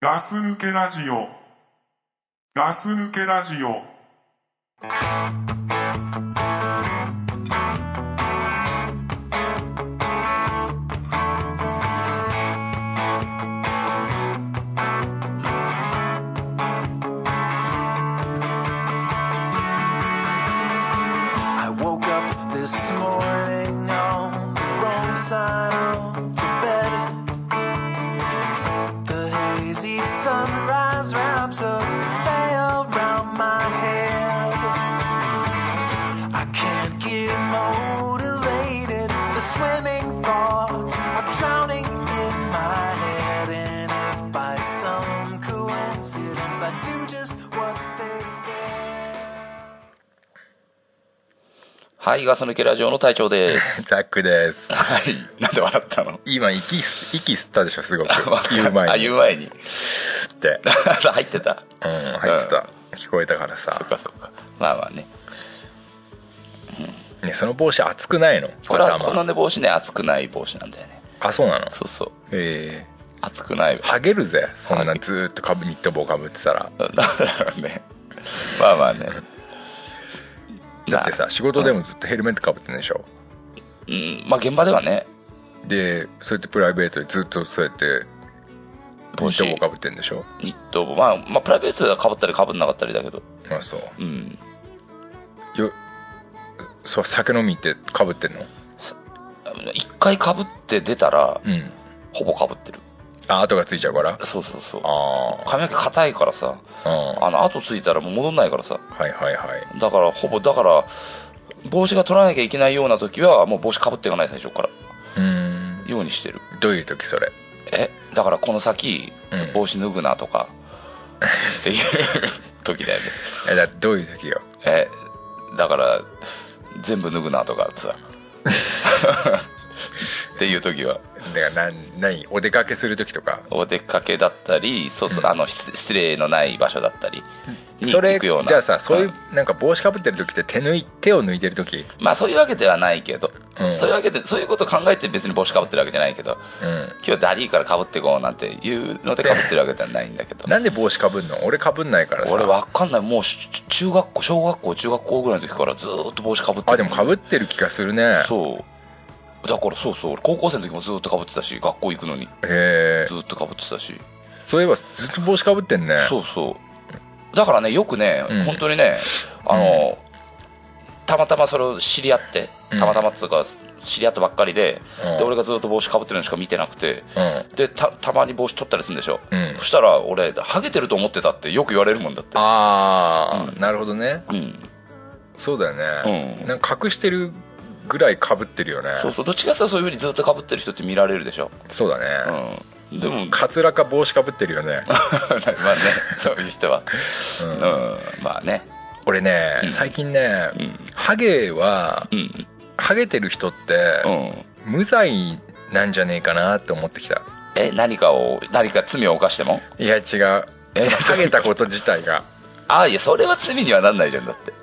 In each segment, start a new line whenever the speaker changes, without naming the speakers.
ガス抜けラジオ。ガス抜けラジオ。
I woke up this morning on the wrong side of the bed. The hazy sunrise wraps a veil round my head. I can't get motivated. The swimming thoughts are drowning in my head. And if by some coincidence I do just what they said.
はい、ガス抜けラジオの隊長です。
ザックで す。
はい、なんで笑ったの
今息吸息吸ったでしょすごく。言う前 に。
あ、言う前に。
吸って。
入ってた。
うん入ってた。聞こえたから
そっ
さ。
かそっか。まあまあね。
ねその帽子熱くないの？
これはこ
頭
のね帽子ね、熱くない帽子なんだよね。
あそうなの。
そうそう。
え
熱くない。
えハゲるぜ。そん
ハ
な
ゲ
ずーっとかぶニット帽かぶってたら。
だからね。 まあまあね。
だってさ仕事でもずっとヘルメットかぶってんでしょ。
うん、まあ現場ではね、
でそうやってプライベートでずっとそうやってニ
帽
ッ
子
ト帽かぶってんでしょ。
ニット帽、まあ、まあプライベートではかぶったりかぶんなかったりだけど、
あそう。
うん。
よそう酒飲みってかぶってんの？
一回かぶって出たら、
うん。
ほぼかぶってる。
あ後がついちゃうから。
そうそうそう。
あ
髪の毛硬いからさ、
あ。うん。
あの、後ついたらもう戻んないからさ。
はいはいはい。
だからほぼだから帽子が取らなきゃいけないような時はもう帽子かぶっていかない最初から
うーん。
ようにしてる
どういう時それ？
えだからこの先
うん
帽子脱ぐなとか、っていう時だよね
えだってどういう時よ
えだから全部脱ぐなとか さっていう時は
だからなん何お出かけする時とか
お出かけだったりそうそう、
うん
あの失失礼のない場所だったりに
それ
行くような
じゃあさそうい
ん
うなんか帽子かぶってる時って手抜い手を抜いてる時
まあそういうわけではないけど、
うん
そういうわけでそういうこと考えて別に帽子かぶってるわけじゃないけど
うん
今日ダリーからかぶってこうなんていうのでかぶってるわけではないんだけど
なんで帽子かぶんの俺かぶんないからさ
俺わかんないもうし中学校小学校中学校ぐらいの時からずーっと帽子かぶって
あでもかぶ
っ
ってる気がするね
そうだからそうそう俺高校生の時もずーっとかぶってたし学校行くのに
へえ
ずーっとかぶってたし
そういえばずっと帽子かぶってんね
そうそうだからねよくね、
うん
本当にねあの、たまたまそれを知り合って
うん
たまたまっつうか知り合ったばっかりで,、
うん、
で俺がずーっと帽子かぶってるのしか見てなくて
うん
でたたまに帽子取ったりするんでしょ
うん
そしたら俺ハゲてると思ってたってよく言われるもんだって
ああ、
う
なるほどね
うん、
そうだよね、
うん
なんか隠してるぐらいかぶってるよね
そうそうどっちかさそういうふうにずっとかぶってる人って見られるでしょ、
そうだね、
うん、でも
カツラか帽子かぶってるよね、
まあねそういう人は、
う
うんん、まあね
俺ね、
うん
最近ね
うん
ハゲは
うん
ハゲてる人って
うん
無罪なんじゃねえかなって思ってきた
え何かを何か罪を犯しても
いや違うそ
え
のハゲたこと自体が
ああいやそれは罪にはなんないじゃんだって、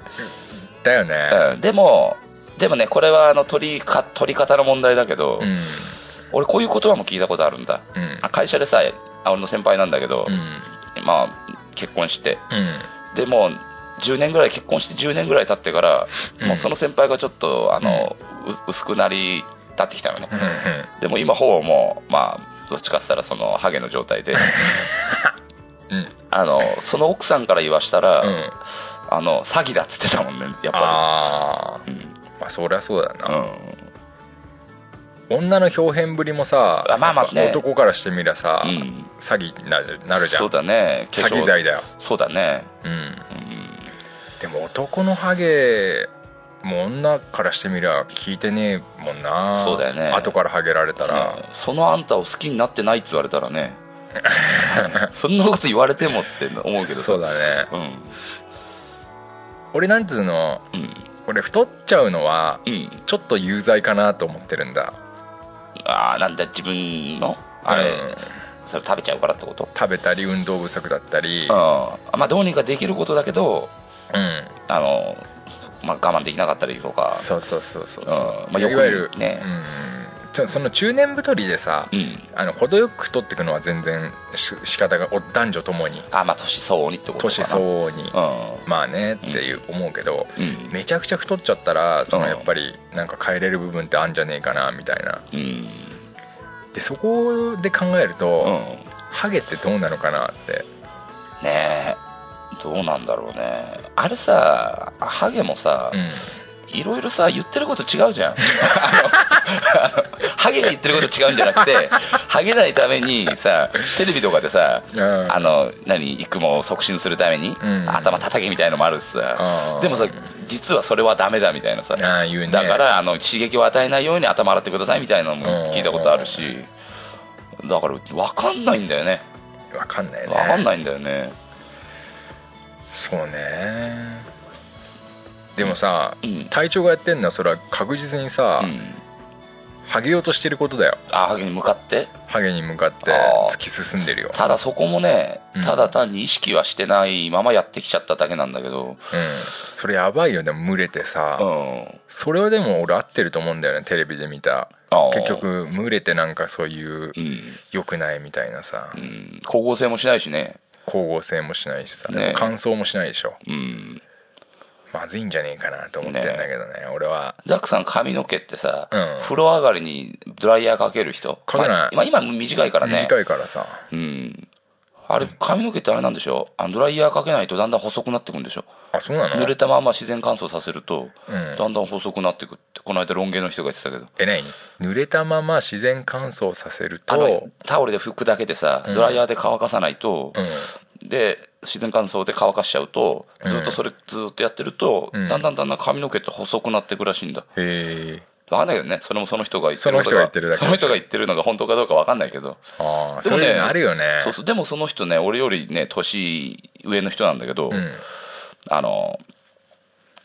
だよね
うん、でもでもねこれはあの取りか取り方の問題だけど、
うん
俺こういう言葉も聞いたことあるんだ
うん
あ会社でさあ俺の先輩なんだけど
う、ん
まあ結婚して
うん
でもう10年ぐらい結婚して10年ぐらい経ってから、
うん
もうその先輩がちょっとあの、う薄くなりたってきたのね、
うんうん
でも今ほぼもうまあどっちかっつったらそのハゲの状態 で、
うん
あのその奥さんから言わしたら、
うん
あの詐欺だっつってたもんねやっぱ
あ
りうん、
ーまあそりゃそうだ
う
な、
ん
女の表現ぶりもさ
あまあまあね
やっぱ男からしてみりゃさ、
うん
詐欺になるなるじゃん
そうだね
詐欺罪だよ、
そうだね
うん、
うん
でも男のハゲも女からしてみりゃ聞いてねえもんな
そうだよね
後からハゲられたら、
ねそのあんたを好きになってないって言われたら ねそんなこと言われてもって思うけどさ
そうだね
うん
俺なんつうの
うん
俺太っちゃうのは
うん
ちょっと有罪かなと思ってるんだ
ああなんだ自分のあれ、
うん
それ食べちゃうからってこと
食べたり運動不足だったり
ああまあどうにかできることだけど
うん
あの、まあ、我慢できなかったりとか
そうそうそうそうそう
あーまあ
いわゆ
よ
る
くね
うんちょその中年太りでさ
うん
あの程よく太っていくのは全然し仕方がお男女ともに
あまあ年相応にってことかな
年相応にまあねっていう思うけど、
うんうん
めちゃくちゃ太っちゃったらその
うん
やっぱりなんか変えれる部分ってあんじゃねえかなみたいな
うん
でそこで考えると、
うん
ハゲってどうなのかなって
ねえどうなんだろうねあれさハゲもさ、
うん
いろいろさ言ってること違うじゃんあのあのハゲが言ってること違うんじゃなくてハゲないためにさテレビとかでさ
あ
あの何育毛を促進するために、
うん
頭叩けみたいのもあるしさ
あー
でもさ実はそれはダメだみたいなさだ
あー言うね
からあの刺激を与えないように頭洗ってくださいみたいなのも聞いたことあるしだから分かんないんだよね
わかんないね
分かんないんだよね
そうねでもさ
うん
隊長がやってんのはそれは確実にさ、
うん
ハゲようとしてることだよ
あハゲに向かって
ハゲに向かって
あー
突き進んでるよ、
ただそこもね
うん
ただ単に意識はしてないままやってきちゃっただけなんだけど
うん、それやばいよでも群れてさ、
うん
それはでも俺合ってると思うんだよねテレビで見た
あー
結局群れてなんかそういう
うん
良くないみたいなさ
うん光合成もしないしね
光合成もしないしさ、
ね
乾燥もしないでしょ
うん
まずいんじゃねえかなと思ってんだけどね俺は
ザックさん髪の毛ってさ
うん
風呂上がりにドライヤーかける人
かけない
まあ今今短いからね
短いからさ
うんあれ髪の毛ってあれなんでしょあのドライヤーかけないとだんだん細くなってくんでしょ
あそうなの
濡れたまま自然乾燥させると
うん
だんだん細くなってくってこの間ロン毛の人が言ってたけど
え何濡れたまま自然乾燥させると
あのタオルで拭くだけでさ
うん
ドライヤーで乾かさないと
うん
で自然乾燥で乾かしちゃうとずっとそれずっとやってると
うん
だんだんだんだん髪の毛って細くなってくらしいんだ
へえ
わかんないけどねそれもその人が言って
そ
る
の
こと
人が言ってるだけ
その人が言ってるのが本当かどうかわかんないけど
ああ
でも
そう
ね
いうのあるよね
そうそうでもその人ね俺よりね年上の人なんだけど、
うん
あの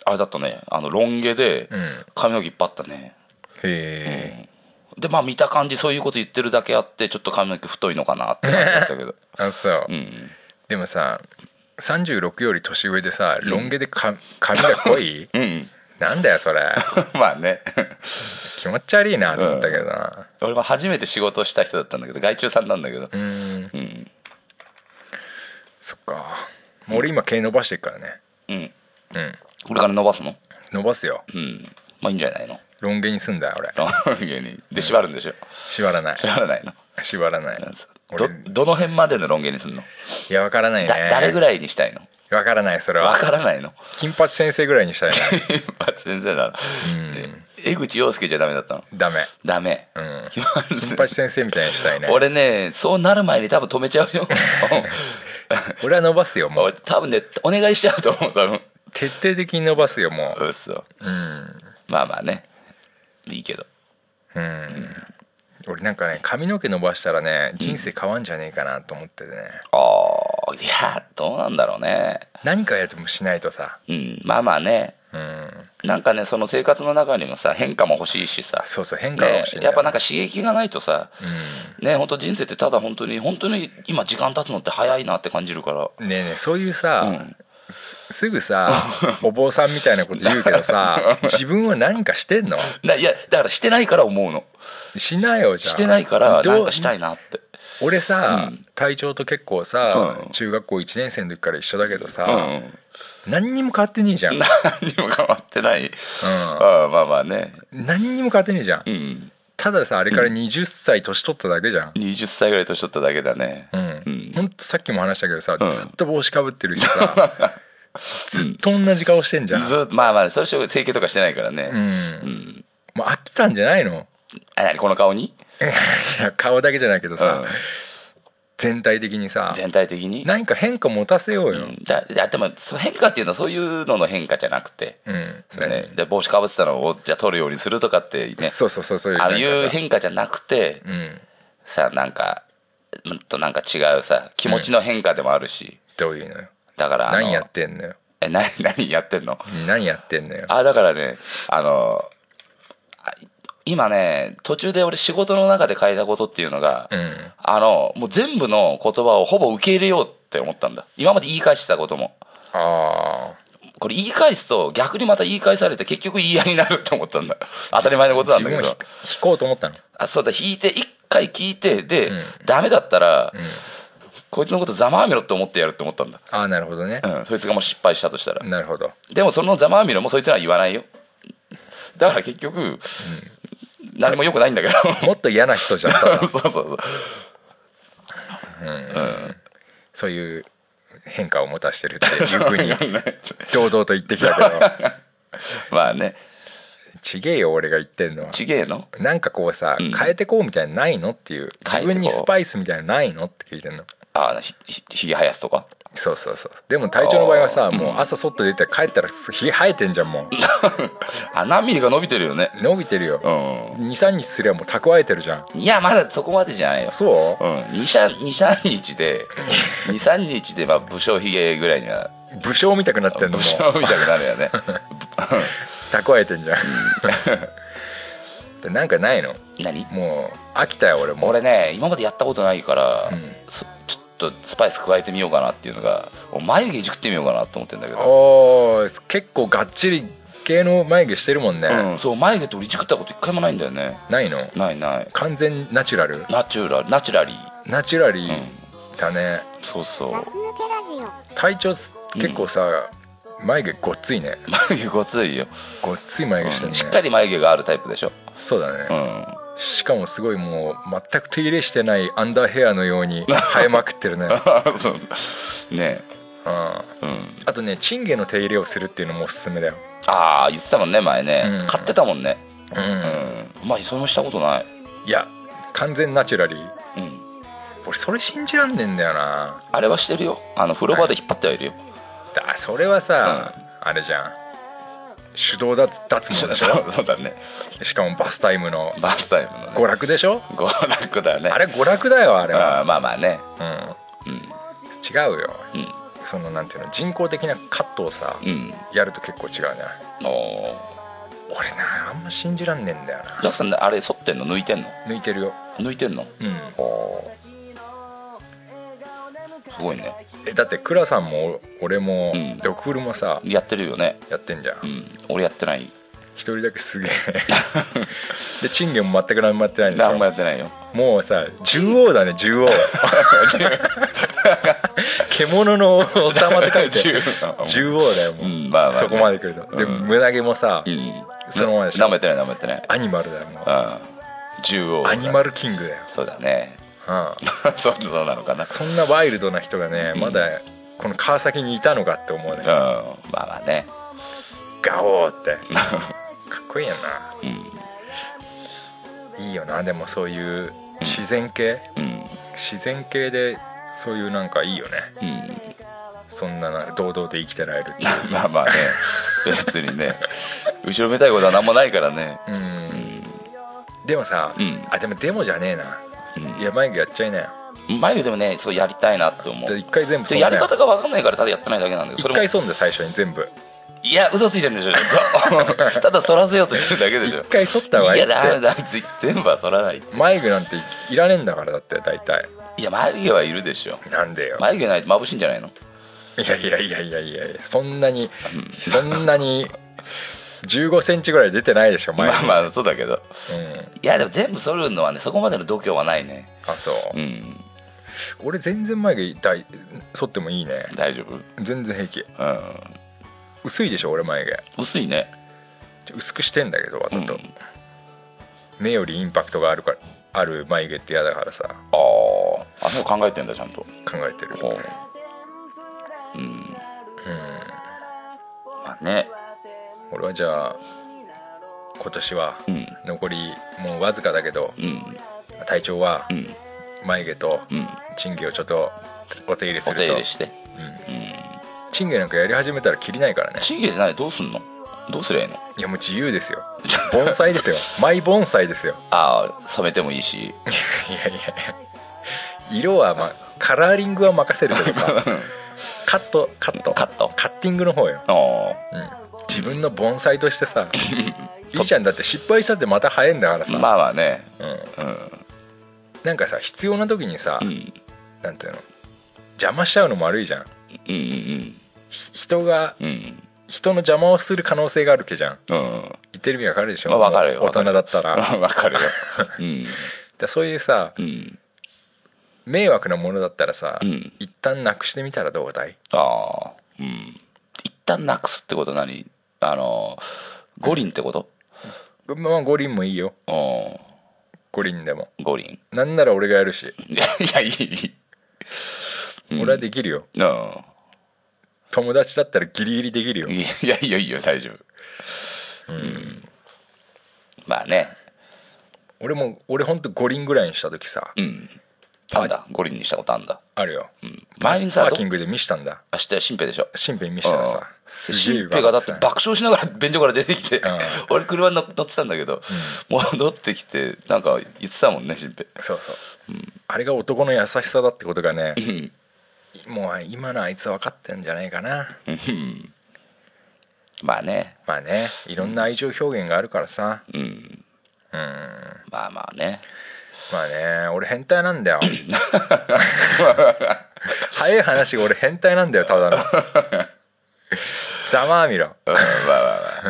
あれだったねあのロン毛で
うんへ
髪の毛いっぱいあったね、
え
うんでまあ見た感じそういうこと言ってるだけあってちょっと髪の毛太いのかなって感じだったけど
あそう
うん
でもさ36より年上でさロン毛でか髪が濃 い
うん
なんだよそれ
まあね
気持ち悪いなと思ったけどな
俺も初めて仕事をした人だったんだけど外注さんなんだけど
うん
うん
そっかもう俺今毛伸ばしてるからね
うん
うん
これから伸ばすの
伸ばすよ
うんまあいいんじゃないの
ロン毛にすんだよ俺
ロン毛にで縛るんでしょ
縛らない
縛らないの
縛らない
ど
俺
どの辺までのロン毛にすんの
いやわからないね
だ誰ぐらいにしたいの
わからないそれ
わ
は
からない の
金八先生ぐらいにしたいね
先生だ
うん
江口洋介じゃダメだったの
ダメ、
ダメ
うん、金八先生みたいにしたいね
俺ねそうなる前に多分止めちゃう よ
俺は伸ばすよも
俺
う
多分ねお願いしちゃうと思う多分
徹底的に伸ばすよも
うっそ
うんうん、
まあまあねいいけど
うん、俺なんかね髪の毛伸ばしたらね人生変わんじゃねえかなと思っててね
ああいやどうなんだろうね
何かやってもしないとさ
うんまあまあね
うん
なんかねその生活の中にもさ変化も欲しいしさ、
そうそう変化が
ね
欲しい、ね、
やっぱなんか刺激がないとさ
う
ね本当人生ってただ本当に本当に今時間経つのって早いなって感じるから
んねえねえそういうさ、
うん
すす ぐさお坊さんみたいなこと言うけどさ自分は何かしてんの
ないやだからしてないから思うの
しないよじゃあ
してないから
どう
なんかしたいなって
俺さ、
うん
隊長と結構さ、
うん
中学校1年生の時から一緒だけど
うん
さ、何にも変わってねえじゃん、
うん、何にも変わってない
うん
ああまあまあね
何にも変わってねえじゃん
うん
たださあれから20歳年取っただけじゃん、
20歳ぐらい年取っただけだね
うん
うん
ほんとさっきも話したけどさ、
うん
ずっと帽子かぶってるしさ ずっと同じ顔してん
ず
じゃん、うん
っとまあまあそれしょ整形とかしてないからねうん
もう飽きたんじゃないの
あ何この顔に
いや顔だけじゃないけどさ、
うん
全体的にさ
全体的に
何か変化持たせよう
う
よ、
んだだでもそう変化っていうのはそういうのの変化じゃなくて、
うん
ね、で帽子かぶってたのをじゃあ取るようにするとかってね
そうそうそうそういう
ああいう
なんかさ
変化じゃなくて
うん
さなんかうんとなんか違うさ気持ちの変化でもあるし、
どういうのよ
だからあの
何やってんのよ
え何 何やってんの
何やってんのよ
あだからねあのあ今ね途中で俺仕事の中で変えたことっていうのが、
うん
あのもう全部の言葉をほぼ受け入れようって思ったんだ今まで言い返してたことも
ああ
これ言い返すと逆にまた言い返されて結局言い合いになるって思ったんだ当たり前のことなんだけ
自
ど
分を引引こうと思ったの、
あそうだ引いて一回聞いてで、
うん
ダメだったら
うん、
こいつのことざまあみろって思ってやるって思ったんだ、
ああなるほどね、
うん、そいつがもう失敗したとしたら
なるほど、
でもそのざまあみろもそいつらは言わないよだから結局何も良くないんだけど
もっと嫌な人じゃんた だ
そうそうそう
うん
ん
そういう変化をもたしてるっていうふうに 堂々と言ってきたけど
まあね
ちげえよ俺が言ってんのは
ちげえの
なんかこうさ、
うん
変えてこうみたいなのないのっていう
変えてこう
自分にスパイスみたいなのないのって聞いてんの
ああひひひげ生やすとか
そうそうそうでも体調の場合はさ
あー
もう朝外出て帰ったらす日生えてんじゃんも
あ何ミリか伸びてるよね
う伸びてるよ
う
23日すりゃもう蓄えてるじゃ
ん
ん
いやまだそこまでじゃないよ
そ
うん23日で23日でまあ武将ひげぐらいには
う武将みたくなってん
武
のも
将
う
みたくなるよ ね
蓄えてんじゃんで なんかないの
何
もう飽きたよ俺も
俺ね今までやったことないから、
うん
そちょっとスパイス加えてみようかなっていうのが俺眉毛いじくってみようかなと思ってんだけど、
おー結構がっちり系の眉毛してるもんね、
うん、そう眉毛って俺いじくったこと一回もないんだよね
ないの
ないない
完全ナチュラル
ナチュラルナチュラリ
ナチュラ
ー、
リ
うん
ーだね、
そうそう
ガス抜けラジオ
体調す
うん
結構さ、眉毛ごっついね
眉毛ごついよ、
ごっつい眉毛して
う
る
ん
ね、
しっかり眉毛があるタイプでしょ、
そうだね
う、ん、
しかもすごいもう全く手入れしてないアンダーヘアのよう に生えまくってるね、うん、
そうね
あ
うん、
とねチンゲの手入れをするっていうのもおすすめだよ、
ああ言ってたもんね前ね、
うん
買ってたもんねう
う
んんまあそれもしたことない、
いや完全ナチュラリー
うん、
俺それ信じらんねえんだよな
あれはしてるよあの風呂場で引っ張ってはいるよ、
だそれはさ、あれじゃん手動脱脱毛
そう
でしょ
そうだね
しかもバスタイムの
バスタイムのね
娯楽でしょ
娯楽だよね
あれ娯楽だよあれ
あ
は、
ーまあまあね
うん、
うん
違うよ
うん
そのなんていうの人工的なカットをさ
うん
やると結構違うね
お
俺なあんま信じらんねえんだよな
ジャクさんあれ剃ってんの抜いてんの
抜いてるよ
抜いてんの
うん
おーすごいね
えだって倉さんも俺も
うん
ドクフルもさ
やってるよね
やってんじゃん
うん俺やって ない
一人だけすげえで賃金も全く何もやってないんだ
何も
よ
やってないよ
もうさ獣王だね獣王獣の王様って書いて獣王だよもう、
うんまあまあ
そこまで来ると、で
うん
胸毛もさ、
うん
そのままでし
舐
ょ
めてない舐めてない
アニマルだよも
う
う
ん獣王
アニマルキングだよ、
そうだね
うん
そうそうなのかな
そんなワイルドな人がね
うん
まだこの川崎にいたのかって思う
うん
ね
まあまあね
ガオーってかっこいいよな
うん
いいよなでもそういう自然系
うん
自然系でそういうなんかいいよね
うん
そんなな堂々と生きてられるってい
まあまあね 別にね後ろめたいことは何もないからね
うう
うんん
でもさ
うん
あでもでもじゃねえな
うん
いや眉毛やっちゃいなよ
眉毛でもねそうやりたいなって思
で
う
一回全部
で
ん
や
だ
り
よ
方が分かんないからただやってないだけなんだけど
一
それ
回
も
そんで最初に全部
いや嘘ついてるん でしょちょっとただそらせようとしてるだけでし
一
ょ
回剃った方が
い
いい
やダ
っ
メ
て
だ絶全部はそらない
眉毛なんていらねえんだからだって大体
いや眉毛はいるでしょ
なんでよ
眉毛ないと眩しいんじゃないの
いやいやいやいやいやいやそんなにそんなに15センチぐらい出てないでしょ前
まあまあそうだけど
うん
いやでも全部剃るのはねそこまでの度胸はないね
あそう
うん
俺全然眉毛だい剃ってもいいね
大丈夫う
全然平気
ん
薄いでしょ俺眉毛
薄いね
ちょ薄くしてんだけどわ
う
ざ
ん
と、目よりインパクトがあるからある眉毛って嫌だからさ
あーあそう考えてんだちゃんと
考えてる
おううん
うん
まあね
俺はじゃあ今年は
うん
残りもうわずかだけど
うん
体調は
うん
眉毛と
うん
チンゲをちょっとお手入れす
お
る
手
と
入れして
うん
うん
チンゲなんかやり始めたら切りないからね
チンゲで何どうすんのどうすりゃいいの
いやもう自由ですよ盆栽です よマイ盆栽ですよ
ああ染めてもいいし
いやいや色はまあカラーリングは任せるけどさ カットカット
カット
カッティングの方よ、
あ
うん、自分の盆栽としてさ
と
いいじゃんだって失敗したってまた生えんだから
あ
さ、
まあまあね
うん、
うん
なんかさ必要な時にさ、
うん
なんていうの邪魔しちゃうのも悪いじゃん
うんうん
ひ人が
うん
人の邪魔をする可能性があるわけじゃん
うん。
言ってる意味わかるでしょ、
まあわかるよ
大人だったら だか
わかるよ。うん。
らそういうさ
うん。
迷惑なものだったらさ、
うん。
一旦なくしてみたらどうだい
ああ。うん。一旦なくすってこと何あの、五輪ってこと
まあ五輪もいいよ
う
五輪でも
ん。五輪。
なんなら俺がやるし、
いや、いやいい。うん
俺はできるよ
うん。友
友達だったらギリギリできるよ、
いやいやいいよ大丈夫
うん、
まあね
俺も俺ほんと五輪ぐらいにした時さ
うんあれだ五輪にしたことあんだ、
あるよ
うん、前にさ
パー
ど
キングで見したんだ
あ知ったよ新兵でしょ
新兵見したらさすげえ
新兵がだって爆笑しながら便所から出てきて
うん
俺車に乗ってたんだけど戻ってきてなんか言ってたもんね新兵
そうそう、あれが男の優しさだってことがね
う、ん
もう今のあいつ分かってんじゃないかな
うんまあね
まあねいろんな愛情表現があるからさ
うん
うん
まあまあね
まあね俺変態なん だよ早い話俺変態なんだよただのざまあみろ
うんまあま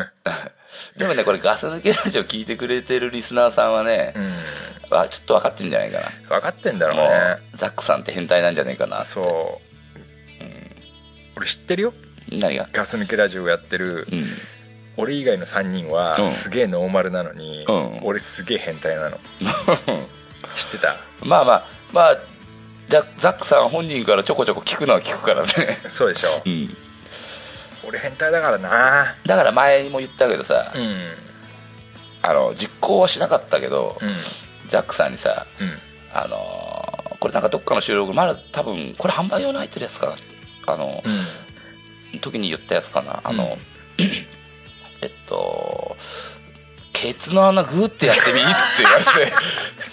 あまあ でもねこれガス抜けラジオ聞いてくれてるリスナーさんはね
う、ん
あちょっと分かってんじゃないかな
分かってんだろう
も
ね
うザックさんって変態なんじゃないかな
そう俺知ってるよ
何が
ガス抜けラジオやってる
うん
俺以外の3人は
うん
すげえノーマルなのに、
うん
俺すげえ変 態なの知ってた
まあまあまあザザックさん本人からちょこちょこ聞くのは聞くからね
そうでしょ
うん
俺変態だからな
だから前にも言ったけどさ、
うんうん
あの実行はしなかったけど、ザックさんにさ
うん
あのーこれなんかどっかの収録まだ多分これ販売用の入ってるやつかなあの、
うん
時に言ったやつかなあ
う
の、 えっとケツの穴グーってやってみって言わ れて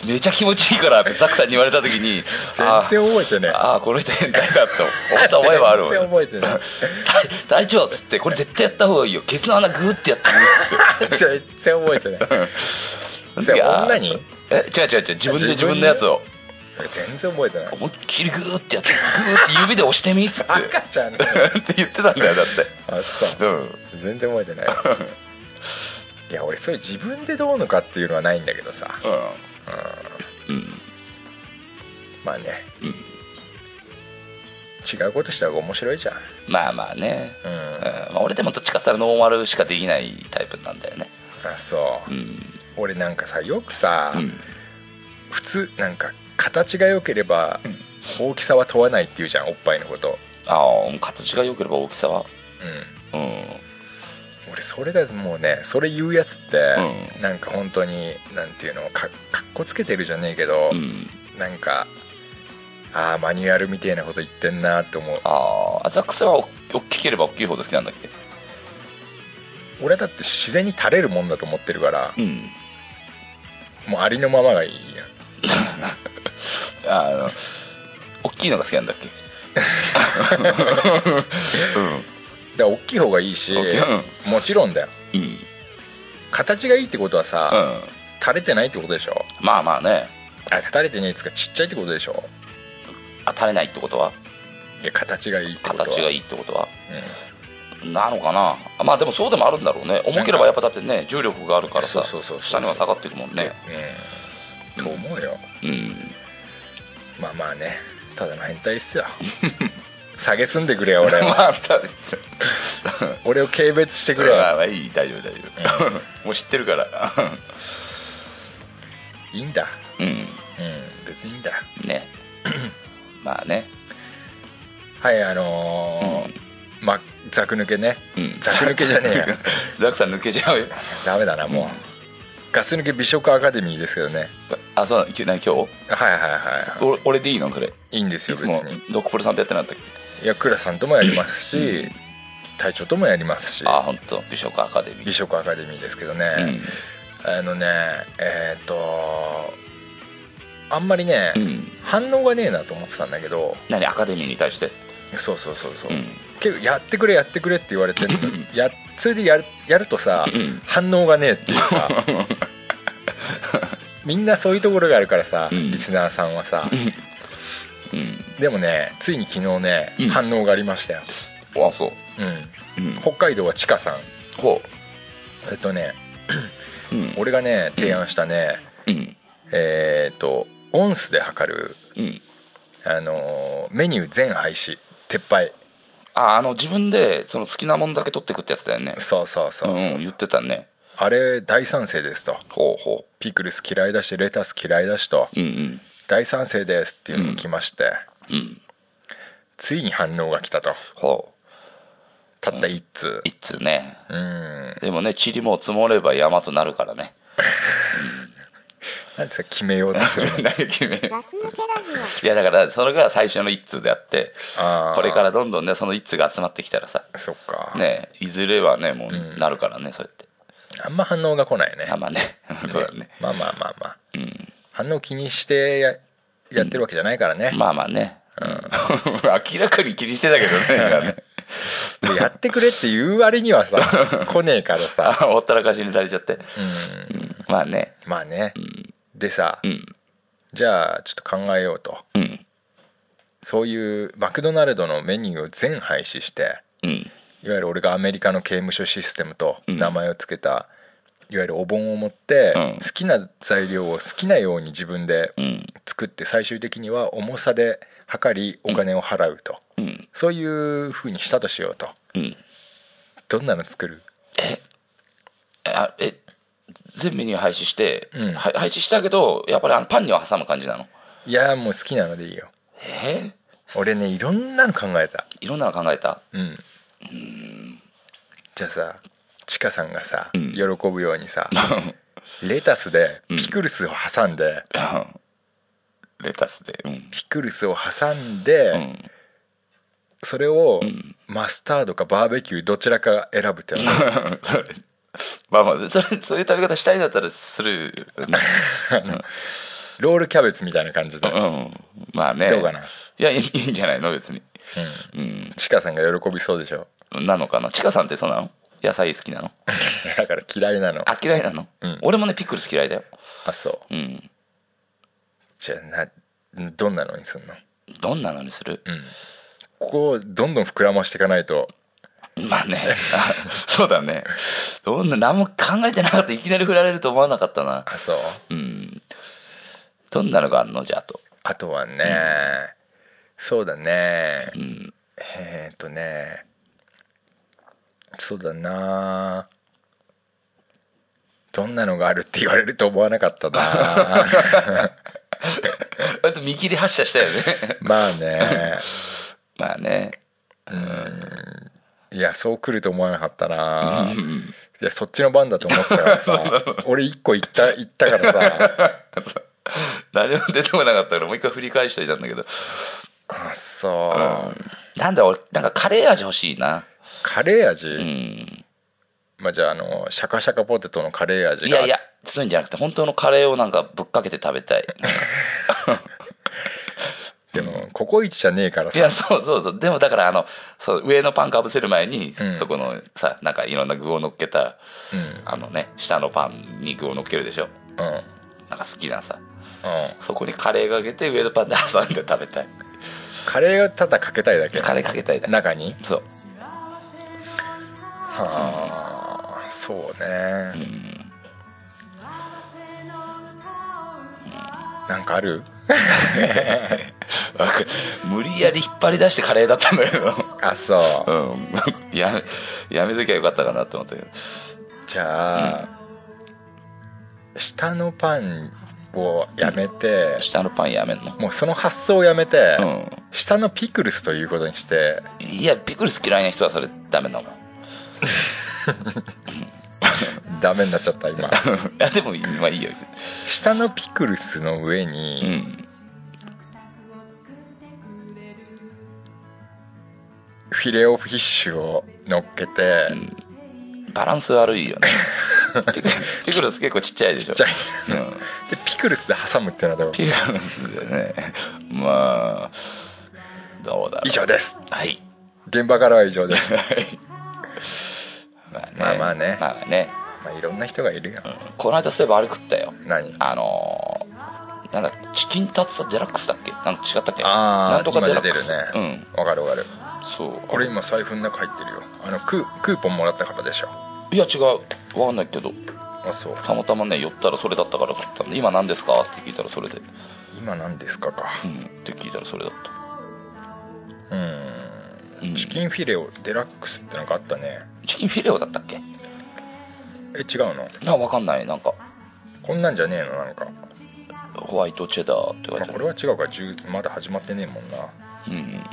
めちゃ気持ちいいからってザックさんに言われた時にあ
全然覚えてねえ
ああこの人変態だと思った覚えはあるもん
全然覚えてない
大 大丈夫っつってこれ絶対やった方がいいよケツの穴グーってやって
全然覚えてない
み
そ
る
れ
いやー
女に
え違う違う違う自分で自分のやつを
全然覚えて ない
思いっきりグーってやってグーって指で押してみっつって
赤ちゃんだ
って言ってたんだよだって
あそう
う
全然覚 えてないいや俺それ自分でどうのかっていうのはないんだけどさ、
んうん
まあね、
うん
違うことした方が面白いじゃん、
まあまあね
うん
うんまあ俺でもどっちかって言ったらノーマルしかできないタイプなんだよね
あそう、
うん
俺なんかさよくさ、
うん
普通なんか形が良ければ
うん
大きさは問わないっていうじゃんおっぱいのこと
ああ形が良ければ大きさは
う
うん
ん俺それだともうねそれ言うやつって、
う
なんか本当になんていうのかかっこつけてるじゃねえけど、
んうん
なんかああマニュアルみてえなこと言ってんなって思う
ああザックさんはお大きければ大きいほど好きなんだっけ
俺だって自然に垂れるもんだと思ってるから
うん
もうありのままがいいやん
あの大きいのが好きなんだっけ
だから大きい方がいいし
大きいうん
もちろんだよ
うんうん
形がいいってことはさ、垂れてないってことでしょ
まあまあね
あ垂れてねえっつうかちっちゃいってことでしょ
当たれないってことはい
や形がいいってことは
形が
い、
いいってことは
う
なのかなあまあでもそうでもあるんだろうね重ければやっぱだってね重力があるからさ
そうそうそうそう
下には下がっていくもんね
んうん、と思うよ
うん
まあまあねただの変態っ すよ下げすんでくれよ俺を
まあた
俺を軽蔑してくれ
ま
よ
あまあいい大丈夫大丈夫もう知ってるから
いいんだ
うん
うん別にいいんだ
ねまあね
はいあのーまざく抜けね
うん
ざく抜けじゃねえや
ザックさん抜けちゃうよ
ダメだなもう、
うん
ガス抜け美食アカデミーですけどね
あそうなの今日何今日
はいはいは
俺俺でいいのそれ
いいいんです
い
よ
つ
別
も
に
ドクポルさんとやってなかったっ
いや倉さんともやりますし、
うん
隊長ともやりますし
けあ本当美食アカデミ
美
ー
食アカデミーですけどね、
うん
あのねえっ、とあんまりね、
うん
反応がねえなと思ってたんだけど
何アカデミーに対して
そうそうそうそう、
うん
結構やってくれやってくれって言われてんの
うん
やそれでやるやるとさ
うん
反応がねえっていう さみんなそういうところがあるからさ、
うん
リスナーさんはさ
うんうん
でもねついに昨日ね、
うん
反応がありましたよ
あそう
うん
うん
北海道はちかさん
ほ
えっとね
ううん
俺がね提案したね
うん
えーっとオンスで測る
うん
あのーメニュー全廃止撤廃
ああの自分でその好きなもんだけ取ってくってやつだよね
そうそうそうそう、
うん言ってたね
あれ大賛成ですと
ほうほ
ピクルス嫌いだしレタス嫌いだしと
ううん
大賛成ですっていうのが来まして、
うんうん
ついに反応が来たと
ほ
たった1通
ういつね
うん
でもね塵も積もれば山となるからね
なんですか決めようとするの
何決め
ガス抜けラジオ。
いやだからそれが最初の一通であって
あー
これからどんどんねその一通が集まってきたらさ
そっか、
ねいずれはねも
うん
うなるからね、そうやって
あんま反応が来ないね
あまあね そうだね
まあまあまあまあ
うん
反応気にしてややってるわけじゃないからね、
まあまあね、うん、 明らかに気にしてたけど ね今ね
でやってくれって言う割には さ来ねえからさ、
あほったらかしにされちゃって、
うん、
まあね
まあね
うん
でさ
うん
じゃあちょっと考えようと
うん
そういうマクドナルドのメニューを全廃止して
うん
いわゆる俺がアメリカの刑務所システムと
うん
名前を付けた、いわゆるお盆を持って、
うん
好きな材料を好きなように自分で
うん
作って最終的には重さで測りお金を払うと、
うん
そういうふうにしたとしようと
うん
どんなの作る
えあえ全メニュー廃止して、
うん
は廃止したけどやっぱりあのパンには挟む感じなの
いやーもう好きなのでいいよ
え
俺ねいろんなの考えた
いろんなの考えた
うん
うん
じゃあさちかさんがさ、
うん
喜ぶようにさレタスで
うん
ピクルスを挟んで、
レタスでうん
ピクルスを挟んで、
うん
それ を
うん
マスタードかバーベキューどちらか選ぶってやつ
まあまあそれ そういう食べ方したいんだったらするよね
ロールキャベツみたいな感じ
う
で、
んまあね
どうかない
やいい いいんじゃないの別に
うん
うん
ちかさんが喜びそうでしょ
なのかなちかさんってそうなの野菜好きなの
だから嫌いなの
あ嫌いなの、
うん
俺もねピクルス嫌いだよ
あそう
うん
じゃあなどんなのにすんの
どんなのにする
うんここをどんどん膨らましていかないと
まあね あそうだねどんな何も考えてなかったいきなり振られると思わなかったな
あそう
うんどんなのがあんのじゃああと
あとはね、そうだね
うん
えー、っとねそうだなどんなのがあるって言われると思わなかった な
あと見切り発車したよね
まあね
まあね
うんいやそう来ると思わなかった
う
なんいやそっちの番だと思ってた からさ俺一個行った行ったからさ
誰も出てこなかったからもう一回振り返しといたんだけど
あそう、
なんだ俺なんかカレー味欲しいな
カレー味、
うん
まあじゃああのシャカシャカポテトのカレー味が
いやいやそういうんじゃなくて本当のカレーをなんかぶっかけて食べたい
でもココイチじゃねえから
い
さ
やそうそうそうでもだからあのそう上のパンかぶせる前に、
うん
そこのさなんかいろんな具を乗っけた
うんうん
あのね下のパンに具を乗っけるでしょ
うん
なんか好きなさそこにカレーかけて上のパンで挟んで食べたい
カレーをただかけたいだけ
カレーかけたいだ
中に
そう
はあそう
う
ね
ん
なんかある
わか無理やり引っ張り出してカレーだったんだけど
あそう
うん、 やめやめときゃよかったかなって思ったけど
じゃあ、下のパンをやめて、
下のパンやめんの
もうその発想をやめて、
う
下のピクルスということにして
んいやピクルス嫌いな人はそれダメなの い
ダメになっちゃった今
やでもまあいいよ
下のピクルスの上
う
に、
ん
フィレオフィッシュを乗っけて、
バランス悪いよ ねピクピクルス結構ちっちゃいでしょ
じゃあ
うん、
でピクルスで挟むっていうのはどう
ピクルスでねまあどうだろう
以上です
はい
現場からは以上です
まあね
まあまあね
まあね
まあいろんな人がいるよ
うんこの間そういえばあれ食ったよ
何
あのー、なんだチキンタツタデラックスだっけなんか違ったっけ
あー
なんとかデラックス
今出てるね
うん
わかるわかる
そう
俺今財布の中入ってるよあのククーポンもらったからでしょ
いや違うわかんないけど
あそう
たまたまね寄ったらそれだったから買ったんで今何ですかって聞いたらそれで
今何ですかか
うんって聞いたらそれだった
う
う
ー
ん
んチキンフィレオデラックスってなんかあったね
チキンフィレオだったっけ
え違う
な
の
んかわかんないなんか
こんなんじゃねえのなんか、
ホワイトチェダーって書い
まあ、
てあ
こ
る、
れは違うから十まだ始まってねえもんな
うん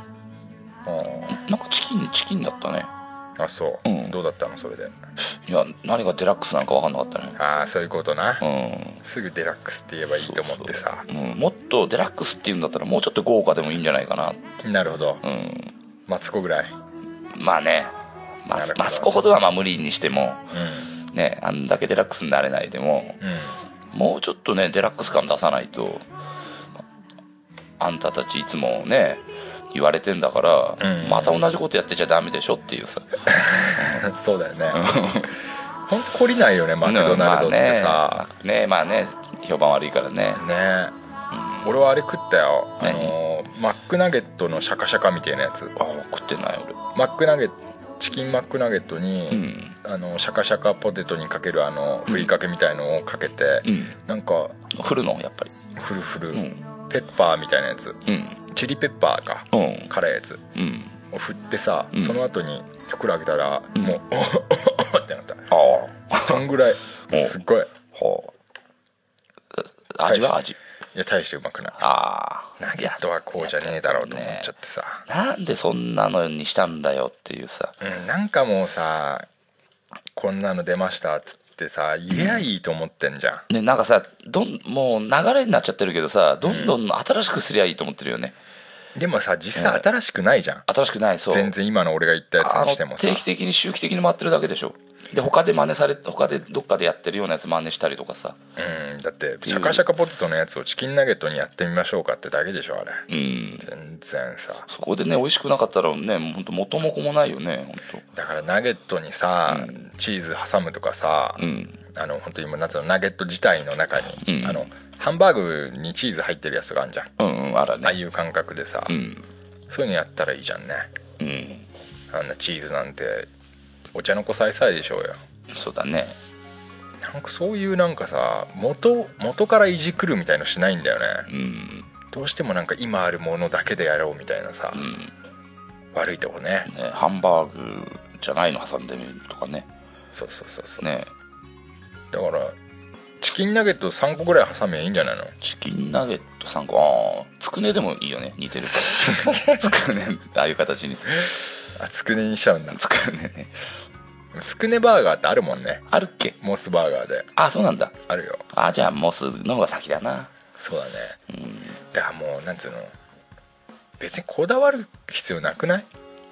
あ
なんかチキンチキンだったね
ーあそ
う
う、
ん
どうだったのそれで
いや何がデラックスなのか分かんなかったね
ああそういうことな、
うん
すぐデラックスって言えばいいと思ってさ
うん、もっとデラックスっていうんだったらもうちょっと豪華でもいいんじゃないかな
なるほど
うん
マツコぐらい
まあね
な
マ
る
ス
ほど
マスコほどはまあ無理にしても
うん
ねあんだけデラックスになれないでも
うん
もうちょっとねデラックス感出さないとあんたたちいつもね言われてんだから、
うん
また同じことやってちゃダメでしょっていうさ、
そうだよね本当懲りないよねマクドナルドってさ、
ねまあね評判悪いからね、
ね
うん
俺はあれ食ったよあ
何
のーマックナゲットのシャカシャカみたいなやつ
あ食ってない俺
マックナゲットチキンマックナゲットに、
うん
あのシャカシャカポテトにかけるあのふりかけみたいのをかけて、
うん
なんか
振るのやっぱり
フルフル、
うん
ペッパーみたいなやつ
うん
チリペッパーか
うん
辛いやつ
うん
を振ってさ、
うん
その後に袋開けたら、
うん
もう 「おっおっおっ」ってなった
あ
そんぐらい
お
すっごい
ほう味は味
いや大してうまくない
ああ
ナゲットはこうじゃねえだろうと思っちゃってさ、
なんでそんなのにしたんだよっていうさ
うん、なんかもうさこんなの出ましたっつってさ言えやいいと思ってんじゃん、
ねなんかさどんもう流れになっちゃってるけどさどんどん新しくすりゃいいと思ってるよね
でもさ実際
うん
新しくないじゃん、
新しくないそう
全然今の俺が言ったやつにしても
あの
さ
定期的に周期的に回ってるだけでしょで他で真似され他でどっかでやってるようなやつ真似したりとかさ
うんだってシャカシャカポテトのやつをチキンナゲットにやってみましょうかってだけでしょあれ
うん
全然さ
そこでね美味しくなかったらねもうほんと元も子もないよね本
だからナゲットにさ、
うん
チーズ挟むとかさ
当。う、ん
あの本当にもうなんつうのナゲット自体の中に、
うん
あのハンバーグにチーズ入ってるやつがあるじゃん、
うんうんあら
ああ
ね
いう感覚でさ、
うん
そういうのやったらいいじゃんね
うん
あんなチーズなんてお茶の子さいさいでしょうよ
そうだね
なんかそういうなんかさ元元からいじくるみたいのしないんだよね
うん
どうしてもなんか今あるものだけでやろうみたいなさ、
うん
悪いとこね
ね、ハンバーグじゃないの挟んでみるとかね
そうそうそうそう、
ね
だからチキンナゲット3個ぐらい挟みゃいいんじゃないの
チキンナゲット3個ああつくねでもいいよね似てる からつくねああいう形にする
あつくねにしちゃうんだ
つくねね
つくねバーガーってあるもんね
あるっけ
モスバーガーで
あそうなんだ
あるよ
あじゃあモスの方が先だな
そうだね
うん
だからもうなんつうの別にこだわる必要なくない、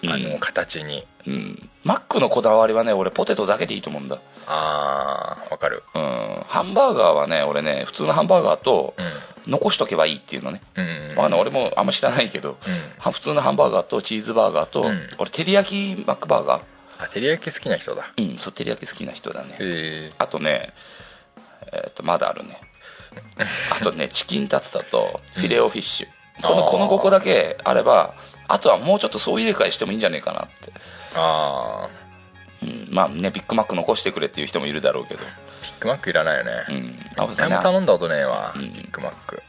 あの形に
うん、マックのこだわりはね俺ポテトだけでいいと思うんだ
あーわかる
うんハンバーガーはね俺ね普通のハンバーガーと
うん
残しとけばいいっていうのね、
うん
まあね俺もあんま知らないけど
うん
は普通のハンバーガーとチーズバーガーと、
うん
俺照り焼きマックバーガ
あ照り焼き好きな人だ
ーうんそう照り焼き好きな人だね
へえ
あとね、えっとまだあるねあとねチキンタツタとフィレオフィッシュ、こ
あ
の
ー
この5個だけあればあとはもうちょっとそう入れ替えしてもいいんじゃねえかな
あ
って、うん、まあねビッグマック残してくれっていう人もいるだろうけど
ービッグマックいらないよね
うんあ
一回も頼んだことねえわ、
うん
ビッグマック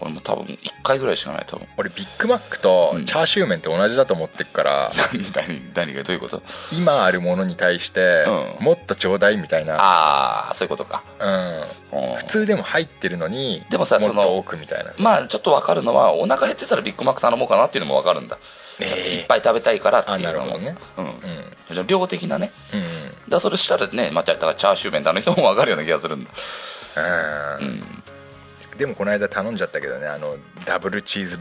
俺も多分1回ぐらいしかない多分
俺ビッグマックと
うん
チャーシュー麺って同じだと思って っから、
何何がどういうこと
今あるものに対して、
うん
もっとちょうだいみたいな、
ああそういうことか、
うん、
うん
普通でも入ってるのに
でもさ
も
そ
っと
の
多くみたいな
まあちょっとわかるのはお腹減ってたらビッグマック頼もうかなっていうのもわかるんだ、ちょっといっぱい食べたいからっていうの
あなる
も
ほどねうん
うん、量的なね
うんうんうん
だからそれしたらね、まあ、だからチャーシュー麺だの人も分かるような気がするんだ、うん、
でもこの間頼んじゃったけどねあのダブルチーズ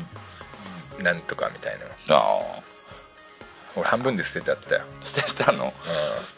なんとかみたいなの
ああ
俺半分で捨ててあったよ、
捨てたの
う、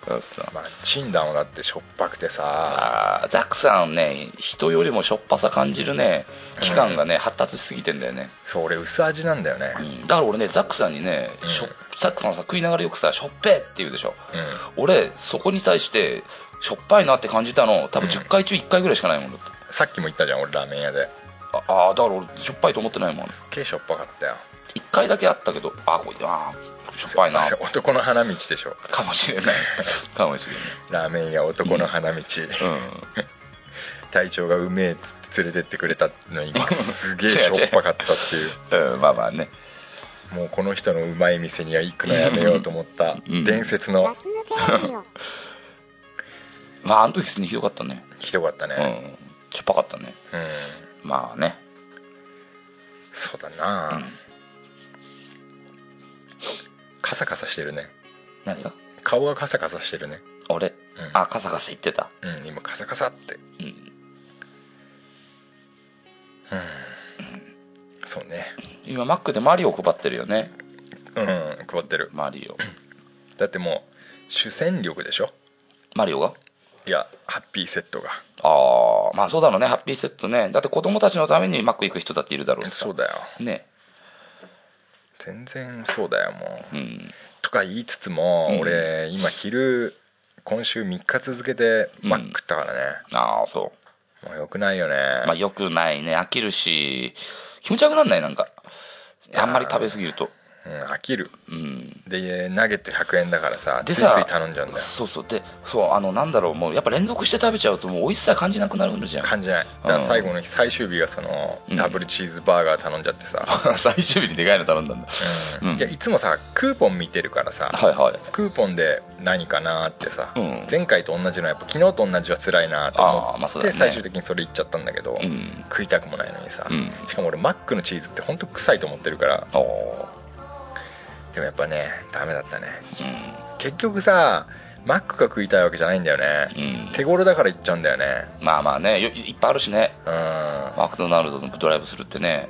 そうそうん
まあチンダンはだってしょっぱくてさ
ああザクさんね人よりもしょっぱさ感じるね期間がね、発達しすぎてんだよね、
そう俺薄味なんだよね
う、ん、だから俺ねザックさんにね、
うん
しょザックさんさ食いながらよくさ「しょっぺ」って言うでしょ
うん、
俺そこに対してしょっぱいなって感じたの多分
うん
10回中1回ぐらいしかないもんだって、
さっきも言ったじゃん俺ラーメン屋で
ああーだから俺しょっぱいと思ってないもん
すっげえしょっぱかったよ
一回だけあったけどあこれあーしょっぱいな
男の花道でしょ
かもしれないかもしれ
ラーメン屋男の花 道、
ない、うん、
隊長がうめえっつって連れてってくれた のにすげえしょっぱかったっていう
うん、まあまあね
もうこの人のうまい店には行くのやめようと思った
うん
伝説の
ガス抜けラジオ。
まああの時普通にひどかったね
ひどかった
う
ね
んしょっぱかったね
うん、
まあね
そうだ
う
な、
ん
カサカサしてるね
何が
顔がカサカサしてるね
俺
うん
あカサカサ言ってた
うん、今カサカサってうん
うん
そうね
今マックでマリオ配ってるよね
うん配ってる
マリオ
だってもう主戦力でしょ
マリオが
いやハッピーセットが
ああまあそうだろうねハッピーセットねだって子供たちのためにマック行く人だっているだろうしさ
そうだよ
ね
全然そうだよもう
うん
とか言いつつも、
うん
俺今昼今週3日続けてマック食ったからね、
ああそ
もうよくないよね、
うまあよくないね飽きるし気持ち悪くなんないなんかあんまり食べ過ぎると
うん、飽きる
うん
でナゲット100円だからさつ
で
いつい
さ
頼んじゃうんだよ
そうそうでそうあのなんだろうもうやっぱ連続して食べちゃうともう美味しさ感じなくなるんじゃん
感じないだから最後の日最終日がその
うん
ダブルチーズバーガー頼んじゃってさ、
最終日にでかいの頼んだんだ
うん
うん
いやいつもさクーポン見てるからさ、
はいはい
クーポンで何かなーってさ、
うん
前回と同じのやっぱ昨日と同じは辛いなーと
あーまあそ
思
う
っ
だ
て、
よね
最終的にそれ言っちゃったんだけど、
うん
食いたくもないのにさ、
うん
しかも俺マックのチーズって本当臭いと思ってるから
おお
でもやっぱねダメだったね
うん
結局さマックが食いたいわけじゃないんだよ
う
ね、
ん
手頃だから行っちゃうんだよね
まあまあねよいっぱいあるしね
うん
マクドナルドのドライブするってね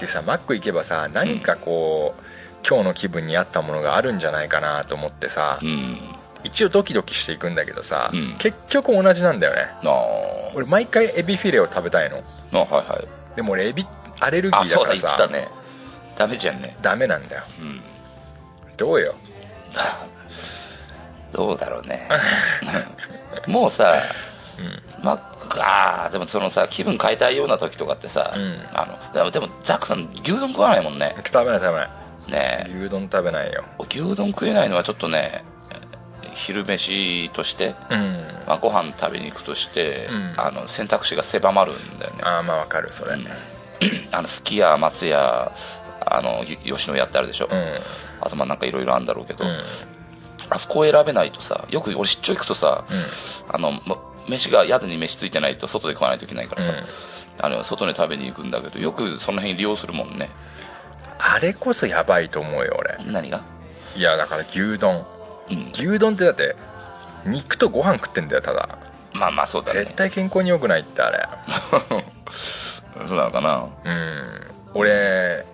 でさマック行けばさ何かこう、今日の気分に合ったものがあるんじゃないかなと思ってさ
うん
一応ドキドキしていくんだけどさ、
うん
結局同じなんだよね
あー
俺毎回エビフィレを食べたいの
あはいはい
でも俺エビアレルギ
あ
ーだ
そうだ
から
言って
さ
たねダメじゃんね
ダメなんだよ
うん
どうよ
どうだろう ねうんもうさ
う
マックかあーでもそのさ気分変えたいような時とかってさ、
うん
あのでもザックさん牛丼食わないもんね
食べない食べない
ねえ
牛丼食べないよ
牛丼食えないのはちょっとね昼飯として、
うん
まあ、ご飯食べに行くとして、
うん
あの選択肢が狭まるんだよね
ああまあわかるそれ、
う
うんん、
あのすき家松屋あのぎ吉野家ってあるでしょ、
うん
あとまあなんかいろいろあるんだろうけど、
うん
あそこを選べないとさよく俺出張行くとさあのま飯が宿に飯ついてないと外で食わないといけないからさ、
うん
あの外で食べに行くんだけどよくその辺利用するもんね
あれこそやばいと思うよ俺
何が
いやだから牛丼
うん
牛丼ってだって肉とご飯食ってんだよただ
まあまあそうだね
絶対健康に良くないってあれ
そうなのかな
うん俺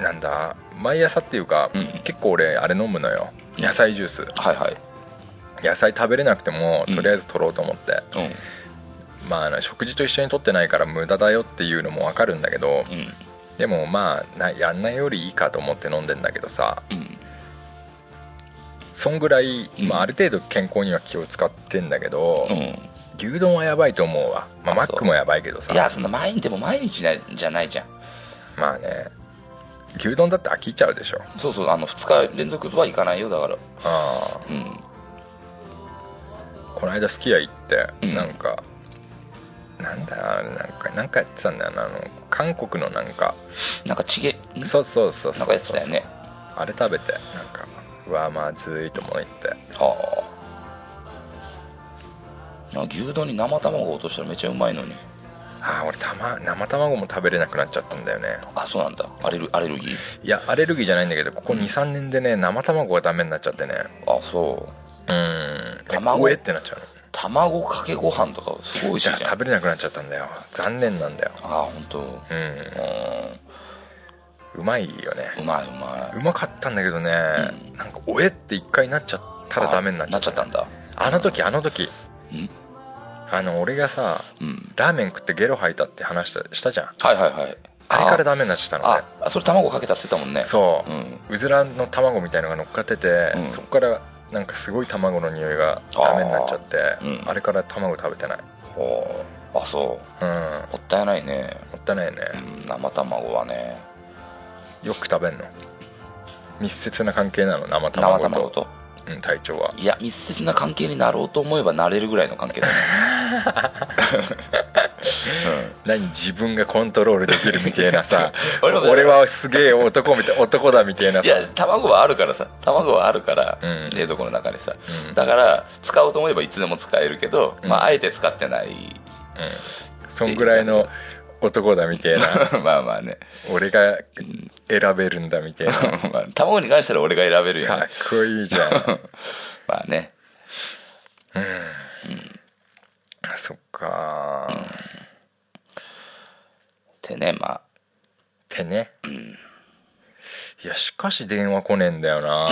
なんだ毎朝っていうか、
うん
結構俺あれ飲むのよ
うん
野菜ジュース
はいはい
野菜食べれなくても
うん
とりあえず取ろうと思って、
うん
まああの食事と一緒に取ってないから無駄だよっていうのも分かるんだけど
うん
でもまあなやんないよりいいかと思って飲んでんだけどさ
うん
そんぐらい、
うん
まあ、ある程度健康には気を使ってんだけど、
うん
牛丼はやばいと思うわ、まあ、マ
あそう
ックもやばいけどさ
いやそんな毎日でも毎日なじゃないじゃん
まあね牛丼だって飽きちゃうでしょ
そうそうあの2日連続とはいかないよだから
ああ
うん
この間すき家行って、
うん
なんかなんだあれなんかなんかやってたんだよなあの韓国のなんか
なんかちげん
そうそうそうそう
なんかやつだよね
あれ食べてなんかうわまずいと思って
ああなんか牛丼に生卵落としたらめちゃうまいのに
ああ俺た、ま、生卵も食べれなくなっちゃったんだよね
あそうなんだアレルアレルギー
いやアレルギーじゃないんだけどここ
うん
23年でね生卵がダメになっちゃってね
あそう
うん
卵
えってなっちゃうの
卵かけご飯とかすごい美味しい
い
じ
や
ゃんあ
食べれなくなっちゃったんだよ残念なんだよ
あ本当。う
う
んん
うまいよね
うまいうまいう
まかったんだけどね、
ん
なんかおえって一回なっちゃったらダメになっちゃ
な
っ
っち
た
ゃったんだ
あの時あの時
ん
あの俺がさ
うん
ラーメン食ってゲロ吐いたって話したしたじゃん
はいはいはい
あれから
だ
ダメになっちゃったのね
ああそれ卵かけたって言ってたもんね
そう
う、ん
うずらの卵みたいのが乗っかってて、
うん
そこからなんかすごい卵の匂いがダメになっちゃってあ,、
ーうん
れから卵食べてない
ほうあそう
うん
もったいないね
もったいないね、
うん生卵はね
よく食べんの密接な関係なの生
生
卵
卵
と、
と
うん、体調はい
や密接な関係になろうと思えばなれるぐらいの関係だね、
何自分がコントロールできるみたいなさ
俺
俺
も
はすげえ男みたい男だみたいな
うん、い
さ
や卵はあるからさ卵はあるから、
うん
冷蔵庫の中にさ
うん
だから使おうと思えばいつでも使えるけど、
うん
まああえて使ってない
うんそんぐらいの男だみた いな
まあまあね
俺が選べるんだみたいなか
まあ卵に関しては俺が選べるよ
っ
ね
こいいじゃん
まあね
そっかー
ってねまあ
ってねいやしかし電話来ねえんだよな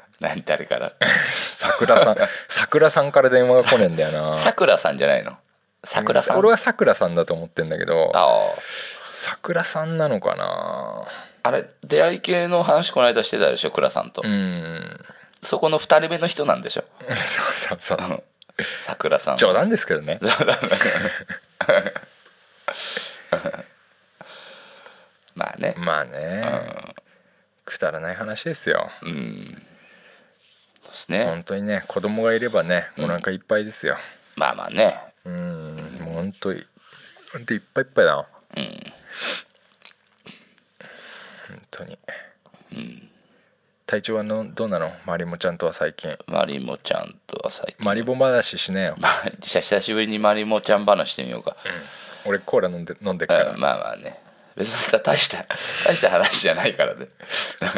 何誰から
桜さん桜さんから電話が来ねえんだよな
さくらさんじゃないのさくらさん
俺は桜さんだと思ってんだけど
あ
桜さんなのかな
ああれ出会い系の話この間してたでしょくらさんと、
うん
そこの2人目の人なんでしょ
そうそうそう
さくらさん
冗談ですけどね
冗談だね まあね
まあねくだらない話ですよ
うん、うん、そうですね、
本当にね子供がいればね
うん
お腹いっぱいですよ
まあまあね
うんもう本当に本当いっぱいいっぱいだな
うん
本当に
うん
体調はのどうなのマリモちゃんとは最近
マリモちゃんとは最近
マリボ話しねえよ
まあじゃあ久しぶりにマリモちゃん話してみようか、
俺コーラ飲んで飲んでっか
う
ら
ん、まあまあね別に大した大した話じゃないからね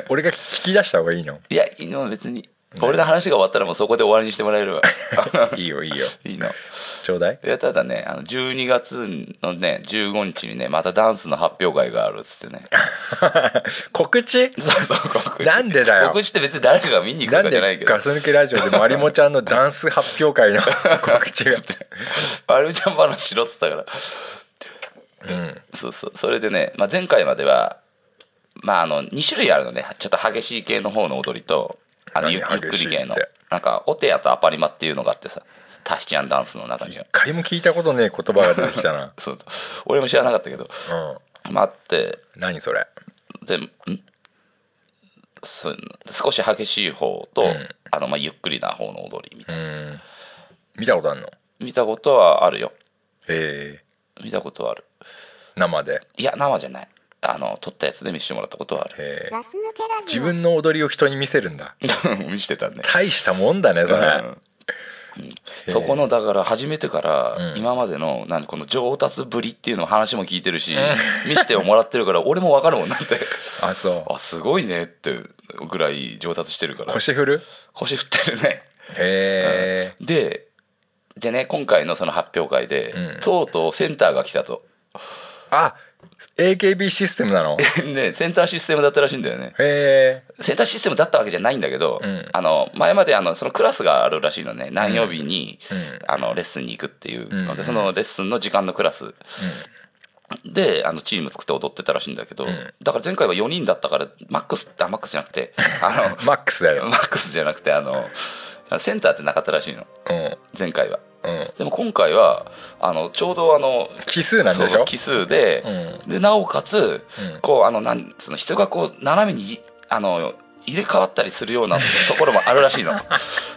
俺が聞き出した方がいいの
いやいいの別に俺の話が終わったらもうそこで終わりにしてもらえれ ば
いいよいいよ
いいの
ちょうだ い
いやただねあの12月のね15日にねまたダンスの発表会があるっつって ね
告知
そうそう告知
なんでだよ
告知って別に誰かが見に行く
な
とか
ん
じゃないけ
で
ど
ガス抜けラジオでマリモちゃんのダンス発 表会の告知が
マリモちゃん話しろっつったから
うん
そうそうそれでね、まあ、前回まではまああの2種類あるのねちょっと激しい系の方の踊りとあの
何
ゆゆっくり系の
激しいって
なんかオテアとアパリマっていうのがあってさタヒチアンダンスの中には
一回も聞いたことねえ言葉が出てきたな
そう俺も知らなかったけど
うん
まああって
何それ
でんそう少し激しい方と、
うん
あのまあゆっくりな方の踊りみた
う
い
ん見たことあんの
見たことはあるよ
ええ
見たことはある
生で
いや生じゃないあの撮ったやつで見せてもらったことはある
ええ
ガス抜けラジ
自
オ。
分の踊りを人に見せるんだ
見せてたね
大したもんだねそれ
うんそこのだから始めてから
うん
今までの何この上達ぶりっていうの話も聞いてるし
う
見せてもらってるから俺も分かるもんなんて
あそう
あすごいねってぐらい上達してるから
腰振る
腰振ってるね
へえ
ででね今回のその発表会で、
うん
とうとうセンターが来たと
あ AKB システムなのへ
ねセンターシステムだったらしいんだよね
え
センターシステムだったわけじゃないんだけど、
うん
あの前まであのそのクラスがあるらしいのね何曜日に、
うんうん
あのレッスンに行くっていうので、
うん
そのレッスンの時間のクラスであのチーム作って踊ってたらしいんだけど、
うん
だから前回は4人だったからマックスあマックスじゃなく てあ
マックスだ
の
よ
マックスじゃなくてあのセンターってなかったらしいの
うん
前回は
うん
でも今回はあのちょうどあの
奇数なんでし
そう
ょ
奇数で
う、ん
でなおかつ
うん
こうあのなんその人がこう斜めにあの入れ替わったりするようなところもあるらしい の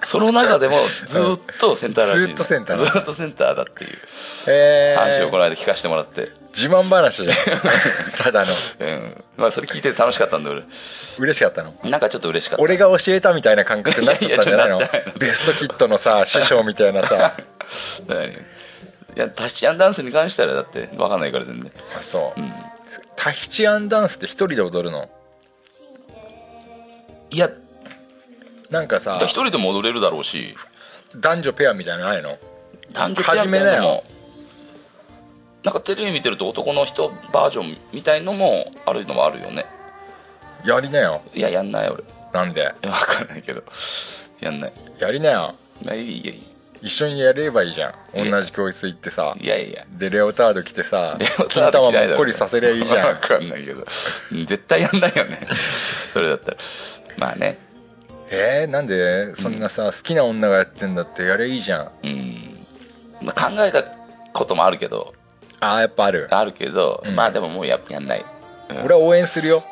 その中でもずーっとセンターらしいの
ずーっとセンター
ずーっとセンターだっていう
へ
話をこ
え
の間聞かせてもらって、
自慢 話じゃんただの
うんまあ、それ聞いて楽しかったんで俺
嬉しかったの
なんかちょっと嬉しかった
俺が教えたみたいな感覚になっちゃったんじゃないの
いやいやなってな
ベストキットのさ師匠みたいなさ
何いやタシアンダンスに関してはだって分かんないから全然
あそう
うん
タヒチアンダンスって一人で踊るの
いやだ
なんか
か
さ
ら一人でも踊れるだろうし
男女ペアみたいなのないの
男女ペアみたい
始め
な
な
のも
よ
なんかテレビ見てると男の人バージョンみたいのもあるのもあるよね
やりなよ
いややんない俺
なんで
えわかんないけどやんない
やりなよ
まあいいいやい
一緒にやればいいじゃん同じ教室行ってさ
いやいや
でレオタード着てさ
レオタ
金
ード着ないだろう
玉
ね
もっこりさせりゃいいじ
わ
ゃん
かんないけどうん絶対やんないよねそれだったらまあね
えー、なんでそんなさ、好きな女がやってんだってやれいいじゃん
うん、まあ、考えたこともあるけど
ああやっぱある
あるけど、
うん
まあでももうややんない うん
俺は応援するよ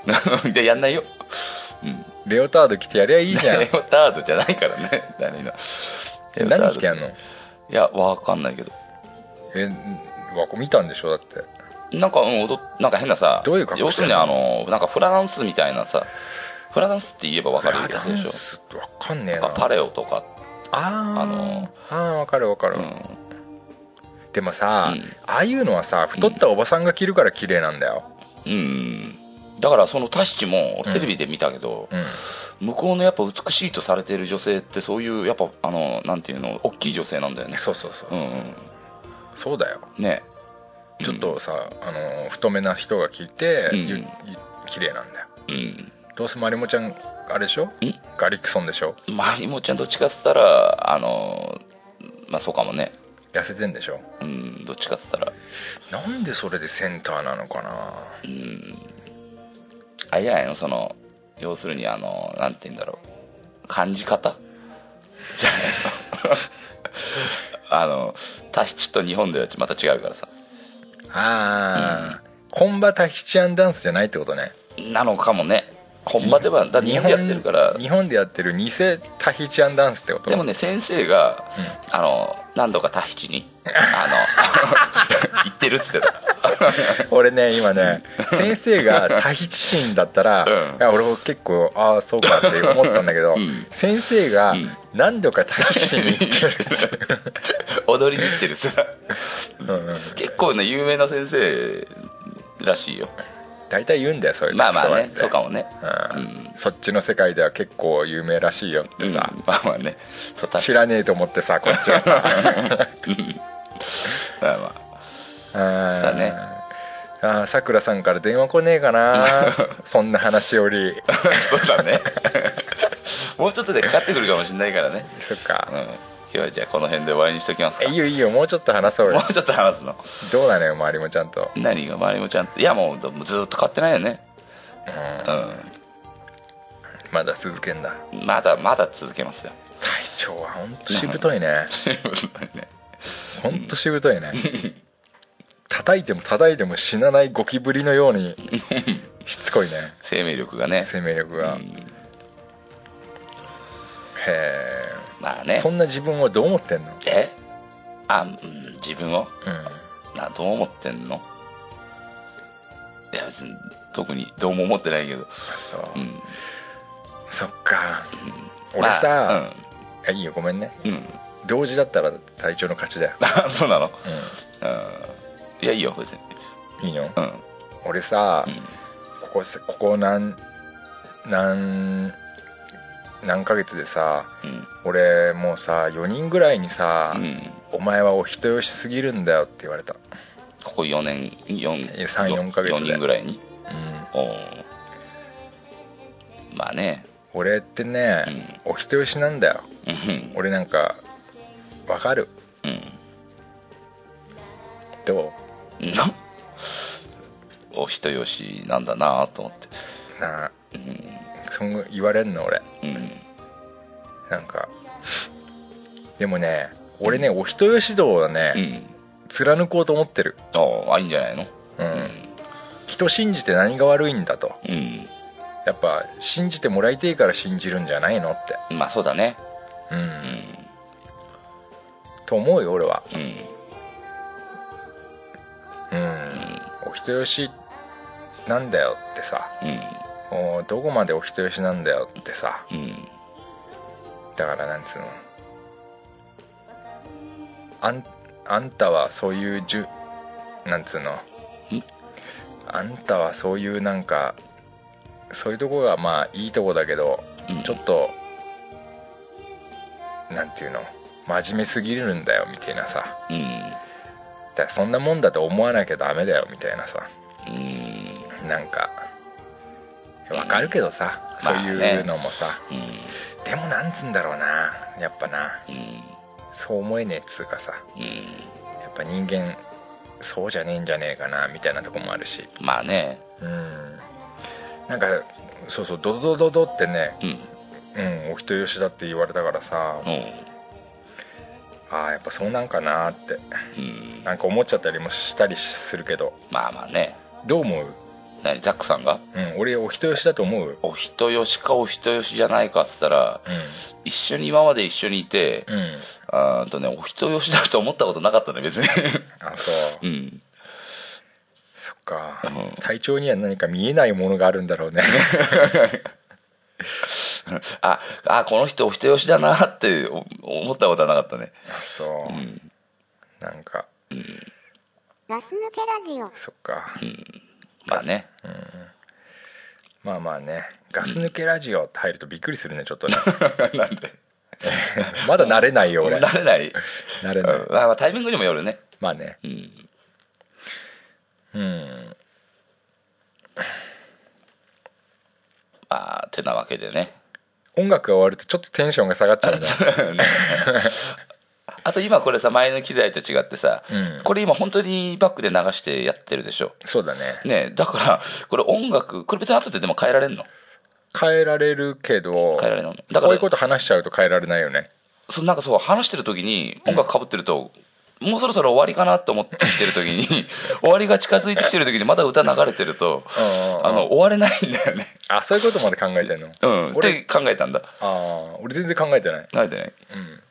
でやんないよ、うん、
レオタード着てやりゃい いじゃん
レオタードじゃないからね誰の
え何着てやんの
いやわかんないけど
えんわこ見たんでしょだって
なんか、うん、踊っなんか変なさ
どういう格好
要するにあのなんかフラダンスみたいなさフラダンスって言えばわかるやつでしょ
ょわかんねえ
なん
な
かパレオとか、
あー
あの
あーわかるわか
う
る、
ん
でもさ、
うん
ああいうのはさ太ったおばさんが着るから綺麗なんだよ、
うん、だからそのタッチも俺テレビで見たけど、
うん
向こうのやっぱ美しいとされてる女性ってそういうやっぱあのなんていうの大きい女性なんだよね
そうそうそう、
うんうん
そうだよ
ね
ちょっとさ、あの太めな人が着て、
うん
ゆゆ綺麗なんだよ
うん
どうせマリモちゃんあれでしょガリクソンでしょ
まりもちゃんどっちかっつったらあのまあそうかもね
痩せてんでしょ
うんどっちかっつったら
なんでそれでセンターなのかな
うんあれじゃないのその要するにあのなんて言うんだろう感じ方じゃないの あのタヒチと日本ではまた違うからさ
ああ、本場タヒチアンダンスじゃないってことね
なのかもね本場ではだって日本でやってるから
日本でやってる偽タヒチアンダンスってこと
でもね先生が、あの何度かタヒチ にあの 行ってるっつってた
俺ね今ね先生がタヒチ人だったら、
うん
いや俺も結構ああそうかって思ったんだけど、
うん
先生が
うん
何度かタヒチに行ってる
踊りに行ってるっつってた
うんうん
結構ね有名な先生らしいよ
大体言うんだよそういう
まあまあね
人
そうか
は
もね
う
うんん
そっちの世界では結構有名らしいよってさ、
うんまあまあねそう確
知らねえと思ってさこっ ちはさ
まあ ま
だ
だね
あーさくらさんから電話来ねえ かなそんな話より
あそうだ ねもうちょっとでかかってくるかもしれないからね
そっ
うん
か
今日はじゃあこの辺で終わりにしときますか
いいよいいよもうちょっと話そう
も
よ
うちょっと話すの
どうなのよ周りもちゃんと
何が周りもちゃんといやもうずずっと買ってないよね
うん
う
まだ続けんだ
んまだまだ続けますよ
隊長はほんとしぶといね
ね
ほんとしぶといね叩いても叩いても死なないゴキブリのようにしつこいね
生命力がね
生命力
う
が、へ
ん
え
まあね
そんな自分をどう思ってんの、
えあ、うん、自分を
うん、
などう思ってんのいや別に特にどうも思ってないけど
そううんそっか
うん
俺
ま
さ、あいいよごめんね
あうん うん
同時だったら隊長の勝ちだよ、
あそうなのうんいやいいよ別に
いいの
うん
俺さ、
うん
ここここ何何何ヶ月でさ
うん
俺もうさ4人ぐらいにさ、
うん
お前はお人よしすぎるんだよ」って言われた、
ここ4年
え三四ヶ月で
4人ぐらいに
うん、
おーまあね
俺って
う
ね、
ん
お人よしなんだよ
うん
俺なんかわかる
うん
ど
な お人よしなんだなと思って
うなあ
うん
そんぐ言われんの俺
うん
なんかでもね俺ねお人よし道をね、
うん
貫こうと思ってる
ああいいんじゃないの
う
うんん
人信じて何が悪いんだと
うん
やっぱ信じてもらいてえから信じるんじゃないのって
まあそうだね
う
うんん
と思うよ俺は
うん
うんお人よしなんだよってさ
うん
もうどこまでお人よしなんだよってさ
うん
だからなんつうのあんあんたはそういうじゅなんつうのあんたはそういうなんかそういうとこがまあいいとこだけど
うん
ちょっとなんていうの真面目すぎるんだよみたいなさ
うん
だからそんなもんだと思わなきゃダメだよみたいなさ
うん
なんかわかるけどさ、
まあ
そう
ね
いうのもさ、
うん
でもなんつうんだろうなやっぱな
うん
そう思えねえっつうかさ
うん
やっぱ人間そうじゃねえんじゃねえかなみたいなとこもあるし
まあね
うんなんかそうそうドドドドドってね
うん
うんお人よしだって言われたからさ
う
ああやっぱそうなんかなって
んうん
なんか思っちゃったりもしたりするけど
まあまあね
どう思う
何ザックさんが
うん、俺お人よしだと思うよ
お人よしかお人よしじゃないかっつったら一緒に今まで一緒にいて
うん、うん、
あーんとねお人よしだと思ったことなかったね別に
あそ
う
う
ん
そっか、
うん
体調には何か見えないものがあるんだろうね
ああこの人お人よしだなってお思ったことはなかったね
あそう
う、ん
なんか
ガス抜けラジオ。
そっか、
まあね
うん、まあまあねガス抜けラジオって入るとびっくりするねちょっとね
なんで
まだ慣れないよ俺
慣れない、
慣れ
うん
ない
まあまあ、タイミングにもよるね
まあね
うん
うん
まあてなわけでね
音楽が終わるとちょっとテンションが下がっちゃうんだ、
あと今これさ前の機材と違ってさ
うん、
これ今本当にバックで流してやってるでしょ
そうだね
ねえだからこれ音楽これ別に後ででも変えられんの
変えられるけど
変えられるのだか
こういう
ら
こと話しちゃうと変えられないよね
そのなんかそう話してる時に音楽かぶってると、もうそろそろ終わりかなと思ってきてる時に 終わりが近づいてきてる時にまだ歌流れてるとあ
あ
の終われないんだよね
あそういうことまで考えてんの
うんっ
俺
て考えたんだ
ああ俺全然考えてない、
慣れてない、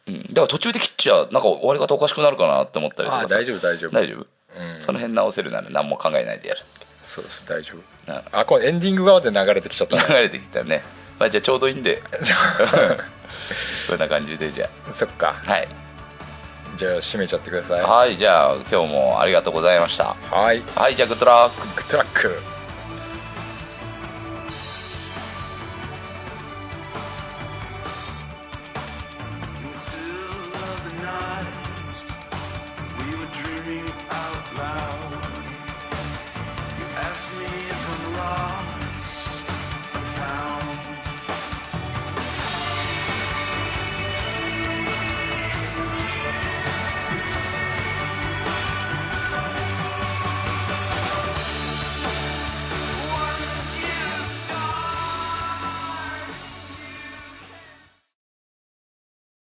うん、
うん、だから途中で切っちゃなんか終わり方おかしくなるかなって思ったりと
あ
かさ
あ大丈夫大丈夫
大丈夫
うん、
その辺直せるなら何も考えないでやる
そうそう大丈
な
夫あこれエンディング側で流れてきちゃった
流
ね
れてきたね、まあ、じゃあちょうどいいん で
じゃあ
こんな感じでじゃ
そっか
あはい
じゃあ締めちゃってください
はいじゃあ今日もありがとうございました
はい
はいじゃあグッドラック
グッドラック